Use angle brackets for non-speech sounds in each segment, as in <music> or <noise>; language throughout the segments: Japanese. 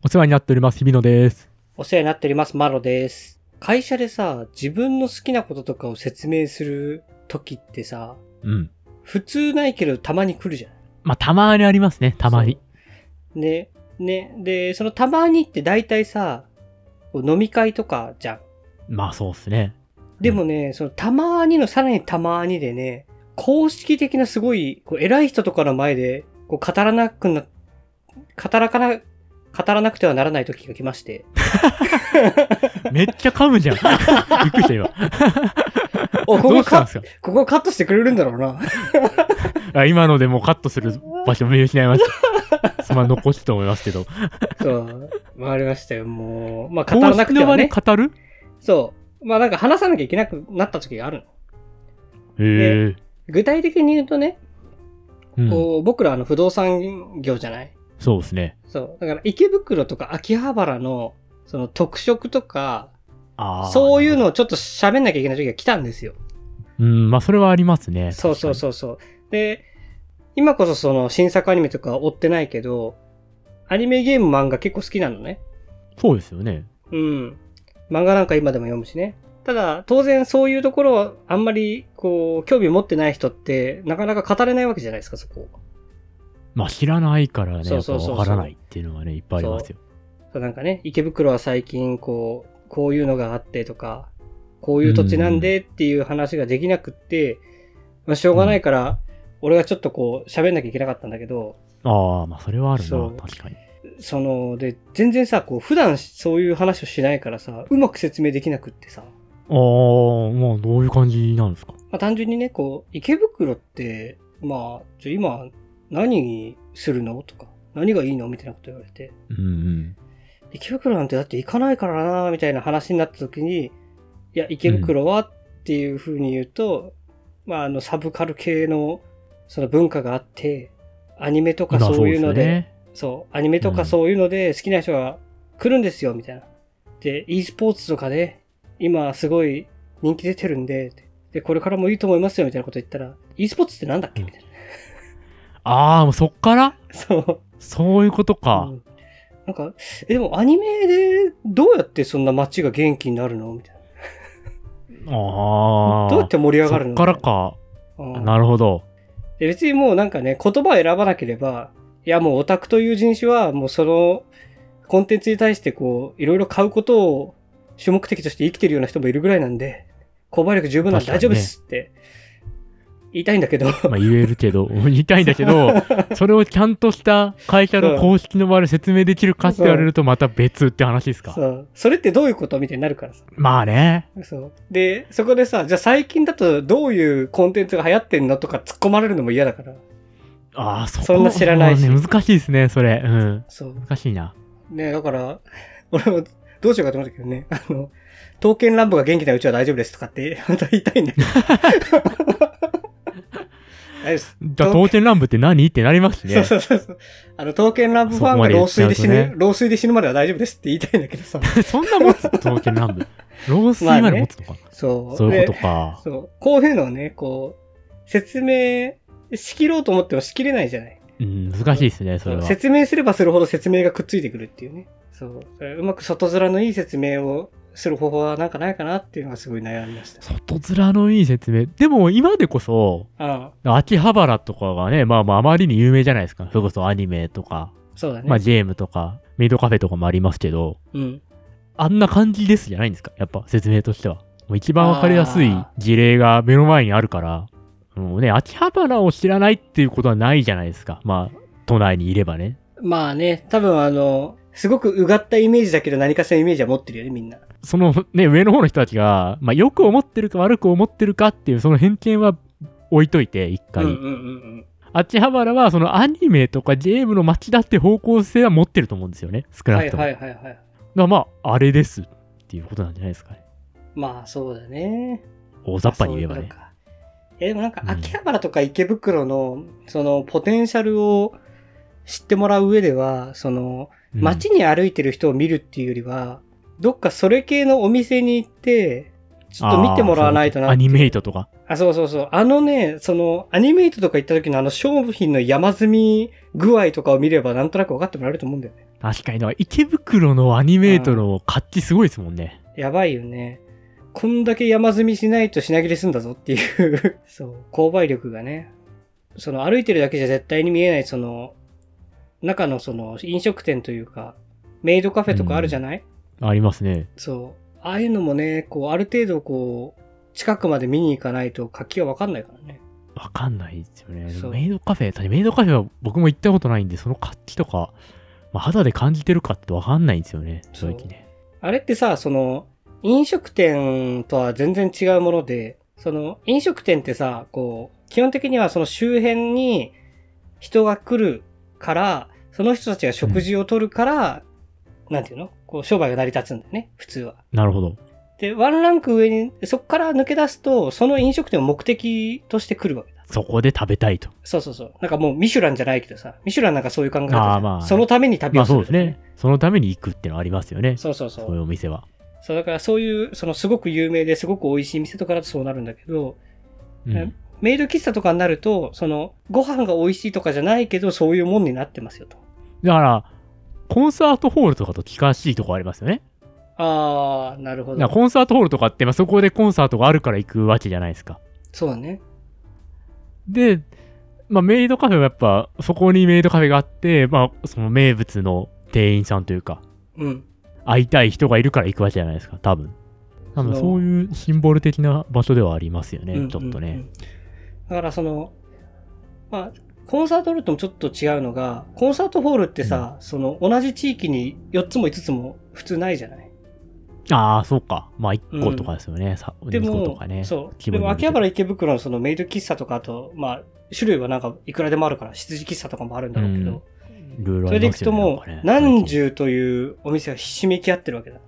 お世話になっております、日比野です。お世話になっております、マロです。会社でさ、自分の好きなこととかを説明する時ってさ、うん。普通ないけどたまに来るじゃん。まあ、たまにありますね、たまに。そう。ね、ね、で、そのたまにって大体さ、こう飲み会とかじゃん。まあ、そうっすね。でもね、そのたまにのさらにたまにでね、公式的なすごい、こう偉い人とかの前で、こう語らなくな、語らかな、語らなくてはならない時が来ま <laughs> して。めっちゃ噛むじゃん。 <laughs> びっくりした、今。お、こどこうしたんカですかここカットしてくれるんだろうな。あ今のでもうカットする場所見失いま <laughs> した。すまん、残したと思いますけど。そう。回りましたよ、もう。まあ、語公らなく式てのは場でね。語るそう。まあ、なんか話さなきゃいけなくなった時があるの。へえ。具体的に言うとね、うん。こう僕らあの不動産業じゃないそうですね。そう。だから池袋とか秋葉原の、その特色とか、ああ。そういうのをちょっと喋んなきゃいけない時が来たんですよ。うん、まあ、それはありますね。そうそうそうそう。で、今こそその新作アニメとか追ってないけど、アニメゲーム漫画結構好きなのね。う。そうですよね。うん。漫画なんか今でも読むしね。ただ、当然そういうところをあんまり、こう、興味持ってない人って、なかなか語れないわけじゃないですか、そこ。まあ、知らないからね、そやっうぱそうそうそうわからないっていうのがね、いっぱいありますよ。そうなんかね、池袋は最近、こう、こういうのがあってとか、こういう土地なんでっていう話ができなくって、まあ、しょうがないから、俺がちょっとこう、喋んなきゃいけなかったんだけど、ああ、まあ、それはあるなそう、確かに。そその、で、全然さ、こう、普段そういう話をしないからさ、うまく説明できなくってさ、ああ、まあ、どういう感じなんですかまあ、単純にね、こう、池袋って、まあ、ちょ今、何するのとか、何がいいのみたいなこと言われて、うんうん。池袋なんてだって行かないからな、みたいな話になった時に、いや、池袋はっていう風に言うと、まあ、あの、サブカル系の、その文化があって、アニメとか今そういうですのよで、ね。そう、アニメとうかんそういうので好きな人が来るんですよ、みたいな。で、e スポーツとかね、今すごい人気出てるんで、で、これからもいいと思いますよ、みたいなこと言ったら、e スポーツってなんだっけみたいな。ああ、もうそっからそう。そういうことうか。んなんか、え、でもアニメでどうやってそんな街が元気になるのみたいあな。あ。どうやって盛り上がるのそっからか。うんなるほど。で別にもうなんかね、言葉を選ばなければ、いやもうオタクという人種は、もうそのコンテンツに対してこう、いろいろ買うことを主目的として生きてるような人もいるぐらいなんで、購買力十分なんで大確か丈に夫ねですって言いたいんだけど、まあ言えるけど、 <laughs> 言いたいんだけ <laughs> ど、それをちゃんとした会社の公式の場で説明できるかって言われるとまた別って話ですか。そうそれってどういうことみたいになるからさ。まあね。そうで、そこでさ、じゃあ最近だとどういうコンテンツが流行ってんのとか突っ込まれるのも嫌だから。ああ、そこそんな知らないしそうね難しいですね、それ。うん。そう。難しいな。ねだから、俺もどうしようかと思ったけどね、あの、刀剣乱舞が元気なうちは大丈夫ですとかって、また言いたいんだけど。大丈夫です。じゃあ、刀剣乱舞って何ってなりますね。そうそうそうそう。あの、刀剣乱舞ファンが老衰で死ぬ、老衰で死ぬまでは大丈夫ですって言いたいんだけどさ。 <laughs> そんな持つ刀剣乱舞。老衰まで持つの <laughs> か。そう。そういうこでとか。そう。こういうのをね、こう、説明しきろうと思ってもしきれないじゃない。うん、難しいですね、それは。説明すればするほど説明がくっついてくるっていうね。そう。それうまく外面のいい説明をする方法はなんかないかなっていうのがすごい悩みました。外面のいい説明。でも、今でこそ、ああ、秋葉原とかがね、まあまああまりに有名じゃないですか。それこそアニメとか、そうだね。まあゲームとか、メイドカフェとかもありますけど、うん。あんな感じですじゃないんですかやっぱ説明としては。もう一番わかりやすい事例が目の前にあるから、もうね、秋葉原を知らないっていうことはないじゃないですか。まあ、都内にいればね。まあね、多分あの、すごくうがったイメージだけど何かしらイメージは持ってるよね、みんな。そのね、上の方の人たちが、まあよく思ってるか悪く思ってるかっていうその偏見は置いといて、一回。うんうんうん秋葉原はそのアニメとかゲームの街だって方向性は持ってると思うんですよね。少うん。なはくいとも。はいはいはい。だからまあ、あれですっていうことなんじゃないですかね。まあそうだね。大雑把に言えばそういうねこ。とか。えでもなんかうん秋葉原とか池袋の、そのポテンシャルを知ってもらう上では、その、うん街に歩いてる人を見るっていうよりは、どっかそれ系のお店に行って、ちょっと見てもらわないとあなーそううことアってニいうメイトとか。あ、そうそうそう。あのね、その、アニメイトとか行った時のあの商品の山積み具合とかを見ればなんとなく分かってもらえると思うんだよね。確かにな、池袋のアニメイトの活気すごいですもんね。やばいよね。こんだけ山積みしないと品切れすんだぞっていう、 <laughs> そう、購買力がね。その歩いてるだけじゃ絶対に見えない、その、中のその飲食店というか、メイドカフェとかあるじゃない、ありますね。そう。ああいうのもね、こう、ある程度こう、近くまで見に行かないと活気が分かんないからね。わかんないですよね。でそもうメイドカフェ、確かにメイドカフェは僕も行ったことないんで、その活気とか、まあ、肌で感じてるかってわかんないんですよね、正直ね。あれってさ、その、飲食店とは全然違うもので、その、飲食店ってさ、こう、基本的にはその周辺に人が来るから、その人たちが食事を取るから、なんていうのこう、商売が成り立つんだよね、普通は。なるほど。で、ワンランク上に、そこから抜け出すと、その飲食店を目的として来るわけだ。そこで食べたいと。そうそうそう。なんかもう、ミシュランじゃないけどさ、ミシュランなんかそういう考え方じゃんあーまあそのために旅 <laughs> まをあすそるうですね。。そのために行くってのはありますよね。そうそうそうそういうお店は。そう、だからそういう、そのすごく有名ですごく美味しい店とかだとそうなるんだけど、うんえメイド喫茶とかになると、その、ご飯が美味しいとかじゃないけど、そういうもんになってますよと。だから、コンサートホールとかと近しいとこありますよね。あー、なるほだからど。コンサートホールとかって、まあ、そこでコンサートがあるから行くわけじゃないですか。そうだね。で、まあ、メイドカフェはやっぱ、そこにメイドカフェがあって、まあ、その名物の店員さんというか、うん。会いたい人がいるから行くわけじゃないですか、多分。多分そうそういうシンボル的な場所ではありますよね、うんちょっとうんうね。んだからその、まあ、コンサートホールともちょっと違うのが、コンサートホールってさ、その、同じ地域に4つも5つも普通ないじゃないああ、そうか。まあ、1個とかですよね、さで2個ともか、ね。そう。規で模にも、よって秋葉原池袋のそのメイド喫茶とかあと、まあ、種類はなんかいくらでもあるから、羊喫茶とかもあるんだろうけど、うんいろいろそあれでりいまくすとよねもなんうかね何十というお店がひしめき合ってるわけだ。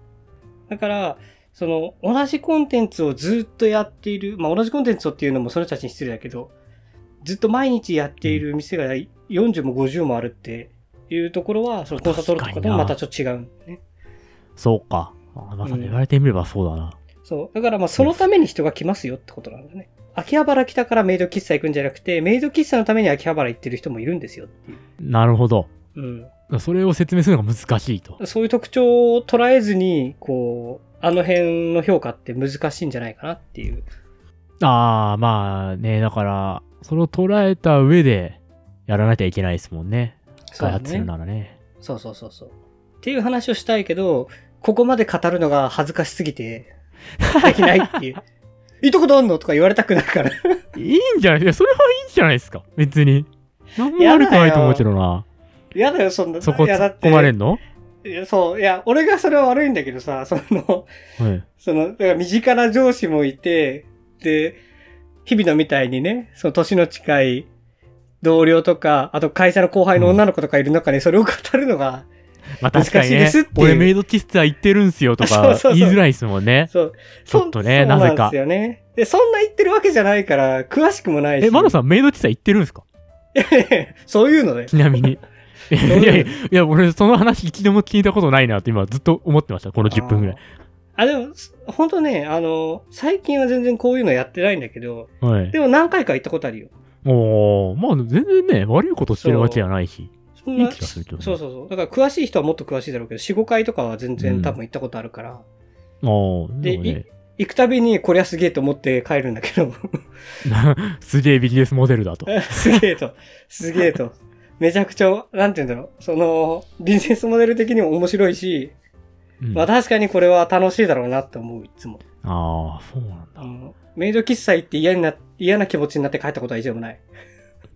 だから、その同じコンテンツをずっとやっている、まあ同じコンテンツをっていうのもその人たちに失礼だけど、ずっと毎日やっている店が40も50もあるっていうところは、そのコンサートホールとかともまたちょっと違うんだよね。そうか。あまさうんに言われてみればそうだな。そう。だからまあそのために人が来ますよってことなんだね。秋葉原来たからメイド喫茶行くんじゃなくて、メイド喫茶のために秋葉原行ってる人もいるんですよっていう。なるほど。うん。それを説明するのが難しいと。そういう特徴を捉えずに、こう、あの辺の評価って難しいんじゃないかなっていう。ああ、まあね、だから、それを捉えた上でやらなきゃいけないですもんね。開発するそうだねならね。そうそうそうそう。っていう話をしたいけど、ここまで語るのが恥ずかしす <laughs> ぎて、できないっていう。いいとことあんのとか言われたくないから。 <laughs> いいんじゃないいや、それはいいんじゃないですか。別に。何も悪くないと思うけどな。やだよ、そんな。そこいやだ突っって込まれんのいやそう。いや、俺がそれは悪いんだけどさ、その、はい。その、だから身近な上司もいて、で、日々のみたいにね、その年の近い同僚とか、あと会社の後輩の女の子とかいる中にそれを語るのが、まあ確かに難しいでねすって、いう俺メイド喫茶行ってるんすよとそうそうかそう言いづらいですもんね。そう。ちょっとねそなぜかそうなんですよね。で、そんな言ってるわけじゃないから、詳しくもないし。え、マロさんメイド喫茶行ってるんすか <laughs> そういうのねち。な <laughs> みに。いやいやいや、俺その話一度も聞いたことないなって今ずっと思ってました。この10分ぐらい。あ、でも、すほんとね、あの、最近は全然こういうのやってないんだけど、はいで。も何回か行ったことあるよ。おおまあ全然ね、悪いことしてるわけじゃないし。そんないい気がするけどねそうそうそう。だから詳しい人はもっと詳しいだろうけど、4、5回とかは全然多分行ったことあるから、おーででもね、行くたびにこりゃすげえと思って帰るんだけど、 <laughs> すげえビジネスモデルだと。すげえと、すげえと。めちゃくちゃ、なんて言うんだろう。その、ビジネスモデル的にも面白いし、うんまああ確かにこれは楽しいだろうなって思う、いつも。あ、そうなんだあ。のメイド喫茶行って嫌にな、嫌な気持ちになって帰ったことは以上もない。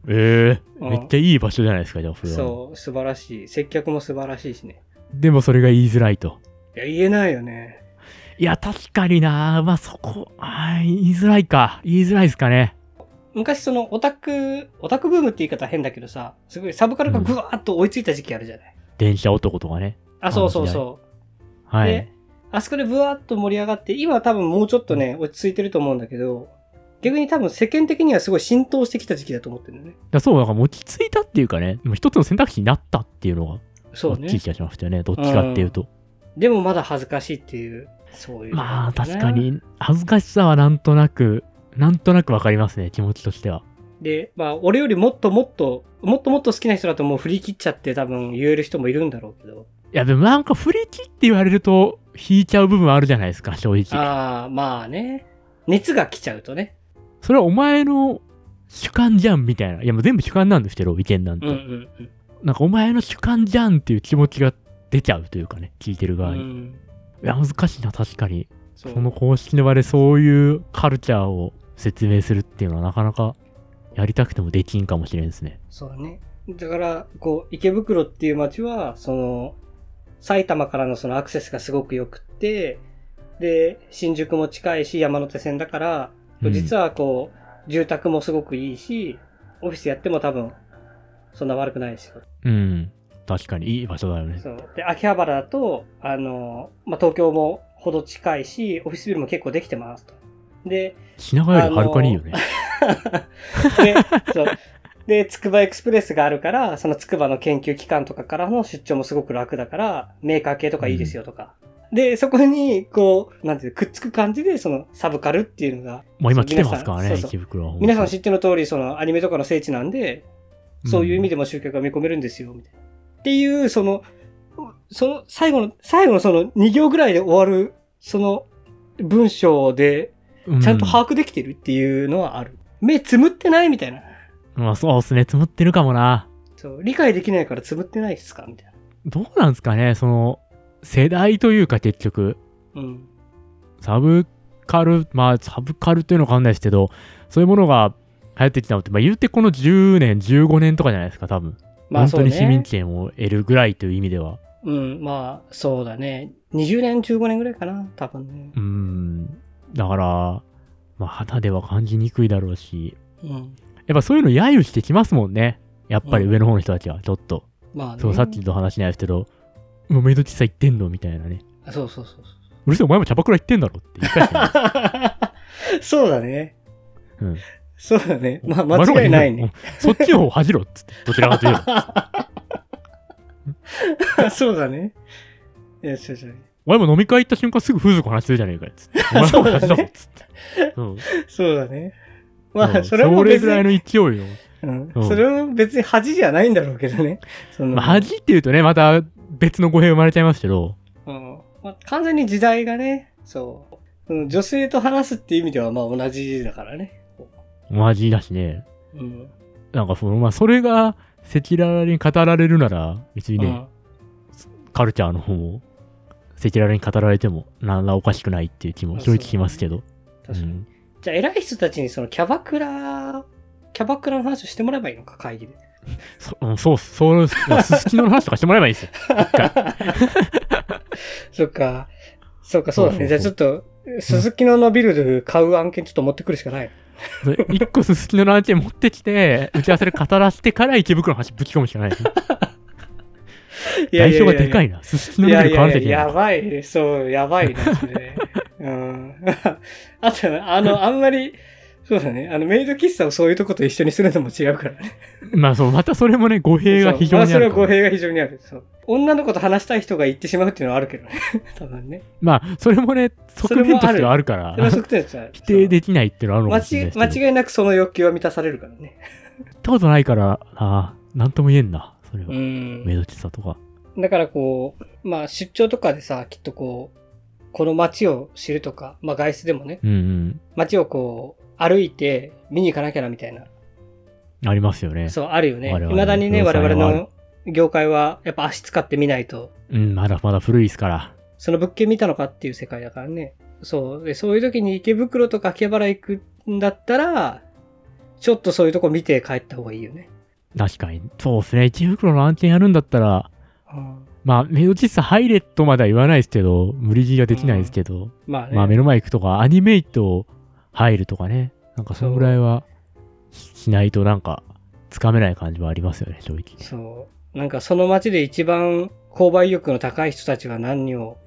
ええうんめっちゃいい場所じゃないですか、じゃあ、それは。そう、素晴らしい。接客も素晴らしいしね。でもそれが言いづらいと。いや、言えないよね。いや、確かになまあそこ、あー言いづらいか。言いづらいですかね。昔そのオタク、オタクブームって言い方は変だけどさ、すごいサブカルがぐわーっと追いついた時期あるじゃない。電車男とかね。あ、そうそうそう。はでい。あそこでぶわーっと盛り上がって、今は多分もうちょっとね、落ち着いてると思うんだけど、逆に多分世間的にはすごい浸透してきた時期だと思ってるんだよね。だそう、なんか落ち着いたっていうかね、もう一つの選択肢になったっていうのがそう大ねきい。気がしましたよね。どっちかっていうと。でもまだ恥ずかしいっていう、そういう、まあ確か。に恥ずかしさはなんとなくなんとなくわかりますね気持ちとしてはで、まあ、俺よりもっともっと、もっともっと好きな人だともう振り切っちゃって多分言える人もいるんだろうけど。いやでもなんか振り切って言われると引いちゃう部分あるじゃないですか正直ああ、まあね。熱が来ちゃうとね。それはお前の主観じゃんみたいないやもう全部主観なんですけど意見なんて、うんうんうん。なんかお前の主観じゃんっていう気持ちが出ちゃうというかね聞いてる側うに、いん、や難しいな確かにそその公式の場でそういうカルチャーを説明するっていうのはなかなかやりたくてもできんかもしれんですねそうね。だから、こう、池袋っていう街は、その、埼玉からのそのアクセスがすごく良くって、で、新宿も近いし、山手線だから、うん実はこう、住宅もすごくいいし、オフィスやっても多分、そんな悪くないですよ。うん確かにいい場所だよねそう。で、秋葉原だと、あの、まあ、東京もほど近いし、オフィスビルも結構できてますと。で、品川よりはるかにいいよね、で、そう。で、つくばエクスプレスがあるから、そのつくばの研究機関とかからの出張もすごく楽だから、メーカー系とかいいですよとか。で、そこに、こう、なんていう、くっつく感じで、その、サブカルっていうのが、もう今来てますからそねうそう池袋は皆さん知っての通り、その、アニメとかの聖地なんで、そういう意味で、でも集客が見込めるんですよ、みたいな。っていう、その、その、最後の、最後のその、2行ぐらいで終わる、その、文章で、うちゃんと把握できてるっていうのはある。目つむってないみたいな。まあそうですね、積もってるかもな。そう、理解できないからつぶってないっすかみたいどうなんですかね、その、世代というか結局、な。うん。サブカル、まあサブカルというのかわかんないですけど、そういうものが流行ってきたのって、まあ言うてこの10年、15年とかじゃないですか、多分。本当に市民権を得るぐらいという意味では。うん、まあ、そうだね。20年、15年ぐらいかな、多分ね。うーん。だから、まあ肌では感じにくいだろうし、うん。やっぱそういうの揶揄してきますもんね。やっぱり上の方の人たちは、ちょっと。まあね。そう、さっき。の話じゃないですけど、もうメイド喫茶行ってんのみたいなね。そうそうそううるせえ、お前もキャバクラ行ってんだろって言い返してね、そう。 <laughs> そうだね。うんそうだね。 <laughs> まあ、お前の方が間違いないいいねよ。。そっちの方を恥じろっつって、どちらかというと。 <laughs> そうだね。いや、そうそう。お前も飲み会行った瞬間すぐ風俗の話するじゃねえかよっつ <laughs> って。お前の方が恥じだぞっつって。うんそうだね。まうあ、んそれもれぐ別らいに、の勢いの。うんうんそれも別に恥じゃないんだろうけどね。そのまあ、恥っていうとね、また別の語弊生まれちゃいますけど、うんまあ、完全に時代がね、そううん。女性と話すっていう意味ではまあ同じだからね。同じだしね。うん。なんかその、まあ、それが赤裸々に語られるなら、別にね、カルチャーの方も、赤裸々に語られても、なんらおかしくないっていう気も正直しますけど。うん。確かうに。んじゃあ偉い人たちにそのキャバクラ、キャバクラの話をしてもらえばいいのか、会議で。そうんそう、そう、まあすすきのの話とかしてもらえばいい <laughs> ですよ。そっか。そうか、そうそうそうだね。そうじゃあちょっと、鈴木ののビル買う案件ちょっと持ってくるしかない。それ一個すすきのの案件持ってきて、打ち合わせで語らせてから池袋の話ぶち込むしかないですね。いやいや代償がでかいな。すすきのいのビやルい買わなきゃいやいけや、ないや。ばいね。そう、やばいな、それ。うん。 <laughs> あと、あの、あんまり、そうだね。あの、メイド喫茶をそういうとこと一緒にするのも違うからね。まあそう、またそれもね、語弊が非そう常まあ、にそあれるかは語ら弊が非常にある。そう。女の子と話したい人が言ってしまうっていうのはあるけどね。 <laughs> 多分ね。まあ、それもね、側面とそしれてもはあるかそれはら、即定ですよ否定できないっていうのはあるのか間もしれない違いですけど。間違いなくその欲求は満たされるからね。行ったことないから、ああ、なんとも言えんな、それは。んメイド喫茶とか。だからこう、まあ出張とかでさ、きっとこう、この街を知るとか、まあ外出でもね、うん街をこう、歩いて見に行かなきゃなみたいな、うん。ありますよね。そう、あるよね。我々未だにね、業我界は々の業界は、やっぱ足使って見ないと、うん、まだまだ古いですから。その物件見たのかっていう世界だからね。そう。で、そういう時に池袋とか秋葉原行くんだったら、ちょっとそういうとこ見て帰った方がいいよね。確かに。そうですね。池袋の案件やるんだったら、うん、まあ、メイド喫茶入れとまでは言わないですけど、無理強いはできないですけど、まあね。まあ、目の前行くとか、アニメイト入るとかね、なんかそのぐらいはしないと、なんか、つかめない感じはありますよね、正直。そう。なんかその街で一番購買意欲の高い人たちが何を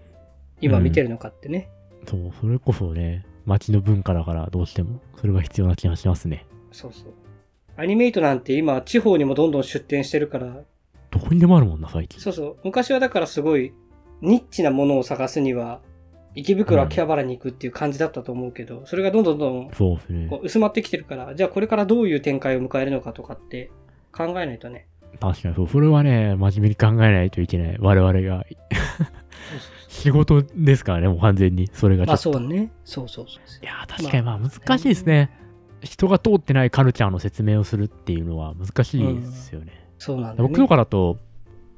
今見てるのかってね。そう、それこそね、街の文化だから、どうしても、それが必要な気がしますね。そうそう。アニメイトなんて今地方にもどんどん出店してるから、どこにでもあるもんな、最近。そうそう。昔はだからすごいニッチなものを探すには、池袋、秋葉原に行くっていう感じだったと思うけど、それがどんどんどんそうですねこ。う薄まってきてるから、じゃあこれからどういう展開を迎えるのかとかって考えないとね。確かにそう。それはね、真面目に考えないといけない。我々が。仕事ですからね、もう完全に。それがちょまあっとそうね。そうそうそうそうい。やー、確かにまあ難しいですね。人が通ってないカルチャーの説明をするっていうのは難しいですよね。そうなんだ、ね。僕とかだと、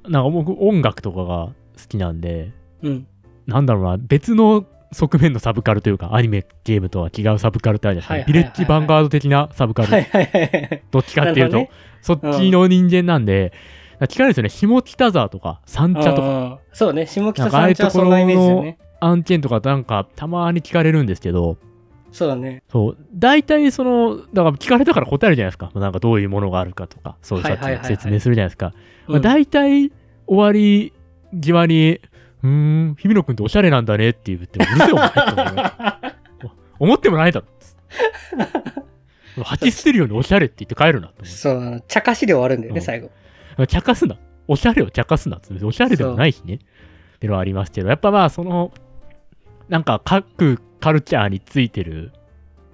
なんか僕音楽とかが好きなんで、うん。なんだろうな、別の側面のサブカルというか、アニメ、ゲームとは違うサブカルってあるじゃないですか。はビいはいレはいはいッジヴァンガード的なサブカル。はいはいはいはい。どっちかっていうと、なるそっちの人間なんで、だから聞かれるんですよね。下北沢とか、三茶とか、か。そうね。下北さんちはそんなイメージだよね。案件とかなんかたまに聞かれるんですけど、そうだね。そう、大体その、だから聞かれたから答えるじゃないですか。まあなんかどういうものがあるかとか、そういうはいさはいはいはいっき説明するじゃないですか。まうあん大体終わり際に、うーん、日比野くんっておしゃれなんだねって言って、うるせえお前って思います思ってもない <laughs> だろ。鉢捨てるようにおしゃれって言って帰るなって思そうあの、茶化しで終わるんだよね、うん最後。う。茶化すな。おしゃれを茶化すなって。おしゃれでもないしね。っていうのはありますけど、やっぱまあその、なんか各カルチャーについてる、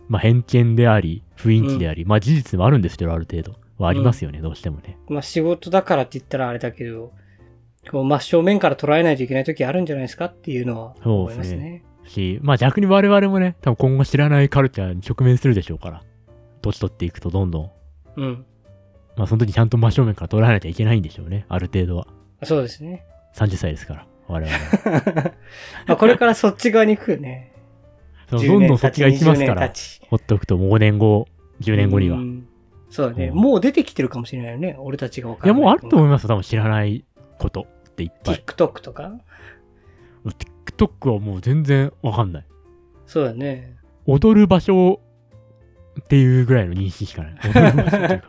まあ偏見であり、雰囲気であり、まあ事実でもあるんですけど、ある程度はありますよね、どうしてもね。まあ仕事だからって言ったらあれだけど、こう真正面から捉えないといけない時あるんじゃないですかっていうのは思いますそうですね。し、まあ逆に我々もね、多分今後知らないカルチャーに直面するでしょうから、年取っていくとどんどん、うん。まあその時ちゃんと真正面から取らなきゃいけないんでしょうね、ある程度は。そうですね。 <laughs> 30歳ですから、我々は。まあこれからそっち側に行くよね。そう10どんどん年そ経っちちが行きますか20年ら経、ちほっとくともう5年後、10年後には。ういんそうだね、うんもう出てきてるかもしれないよね。俺たちが分かやらない。もうあると思いますよ、多分知らないことっていっぱい。 TikTok とか TikTok はもう全然わかんない。そうだね。踊る場所っていうぐらいの認識し <laughs> かない。踊る場所っていうか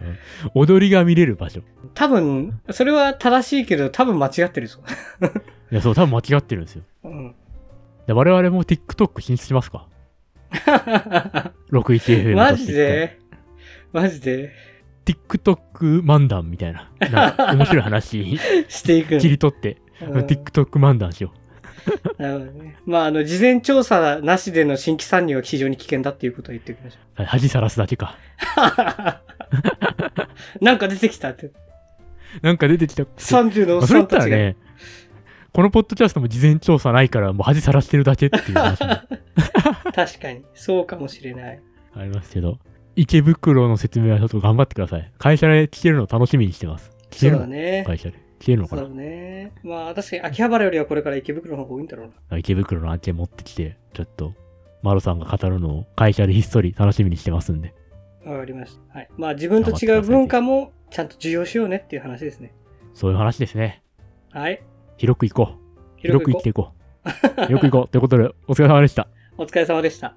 踊りが見れる場所。多分、それは正しいけど、多分間違ってるぞ。いや、そう、多分間違ってるんですよ。うん。で我々も TikTok 進出しますか ?61FM マ <laughs> ジでマジで ?TikTok 漫談みたいな。なんか面白い <laughs> 話していくの切り取って、うん TikTok 漫談しよなるほどね。まあ、あの、事前調査なしでの新規参入は非常に危険だっていうことを言ってお <laughs> きましょう。恥さらすだけか。う。なんか出てきたって。なんか出てきた。ま30のおっあそれ言さんったたらちが。ね、このポッドキャストも事前調査ないから、もう恥さらしてるだけっていう話も確かに。そうかもしれない。ありますけど、 <laughs> 池袋の説明はちょっと頑張ってください。会社で聞けるの楽しみにしてます。聞そけうるだの、ね。会社で。聞けるのかそうなだね。まあ、確かに秋葉原よりはこれから池袋の方が多いんだろうな。池袋の案件持ってきて、ちょっと、マロさんが語るのを会社でひっそり楽しみにしてますんで。わかりました。はい。まあ、自分と違う文化もちゃんと受容しようねっていう話ですね。そういう話ですね。はい。広く行こう。広く生き広く行こていこう。広く行こう。ということで、お疲れ様でした。う。お疲れ様でした。